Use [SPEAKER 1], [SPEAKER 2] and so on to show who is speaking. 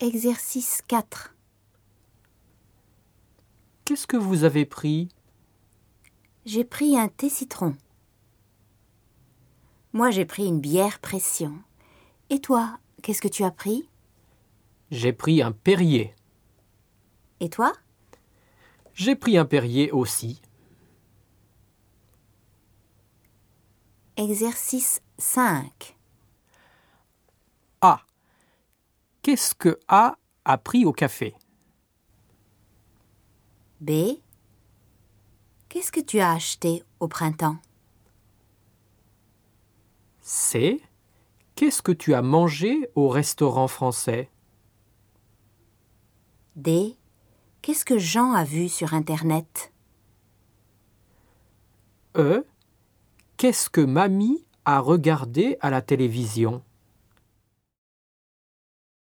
[SPEAKER 1] Exercice 4.
[SPEAKER 2] Qu'est-ce que vous avez pris
[SPEAKER 1] J'ai pris un thé citron. Moi, j'ai pris une bière pression. Et toi, qu'est-ce que tu as pris
[SPEAKER 2] J'ai pris un Perrier.
[SPEAKER 1] Et toi
[SPEAKER 2] J'ai pris un Perrier aussi.
[SPEAKER 1] Exercice 5.
[SPEAKER 2] A. Qu'est-ce que A a pris au café
[SPEAKER 1] B. Qu'est-ce que tu as acheté au printemps
[SPEAKER 2] C. Qu'est-ce que tu as mangé au restaurant français
[SPEAKER 1] D. Qu'est-ce que Jean a vu sur Internet
[SPEAKER 2] E. Qu'est-ce que mamie a regardé à la télévision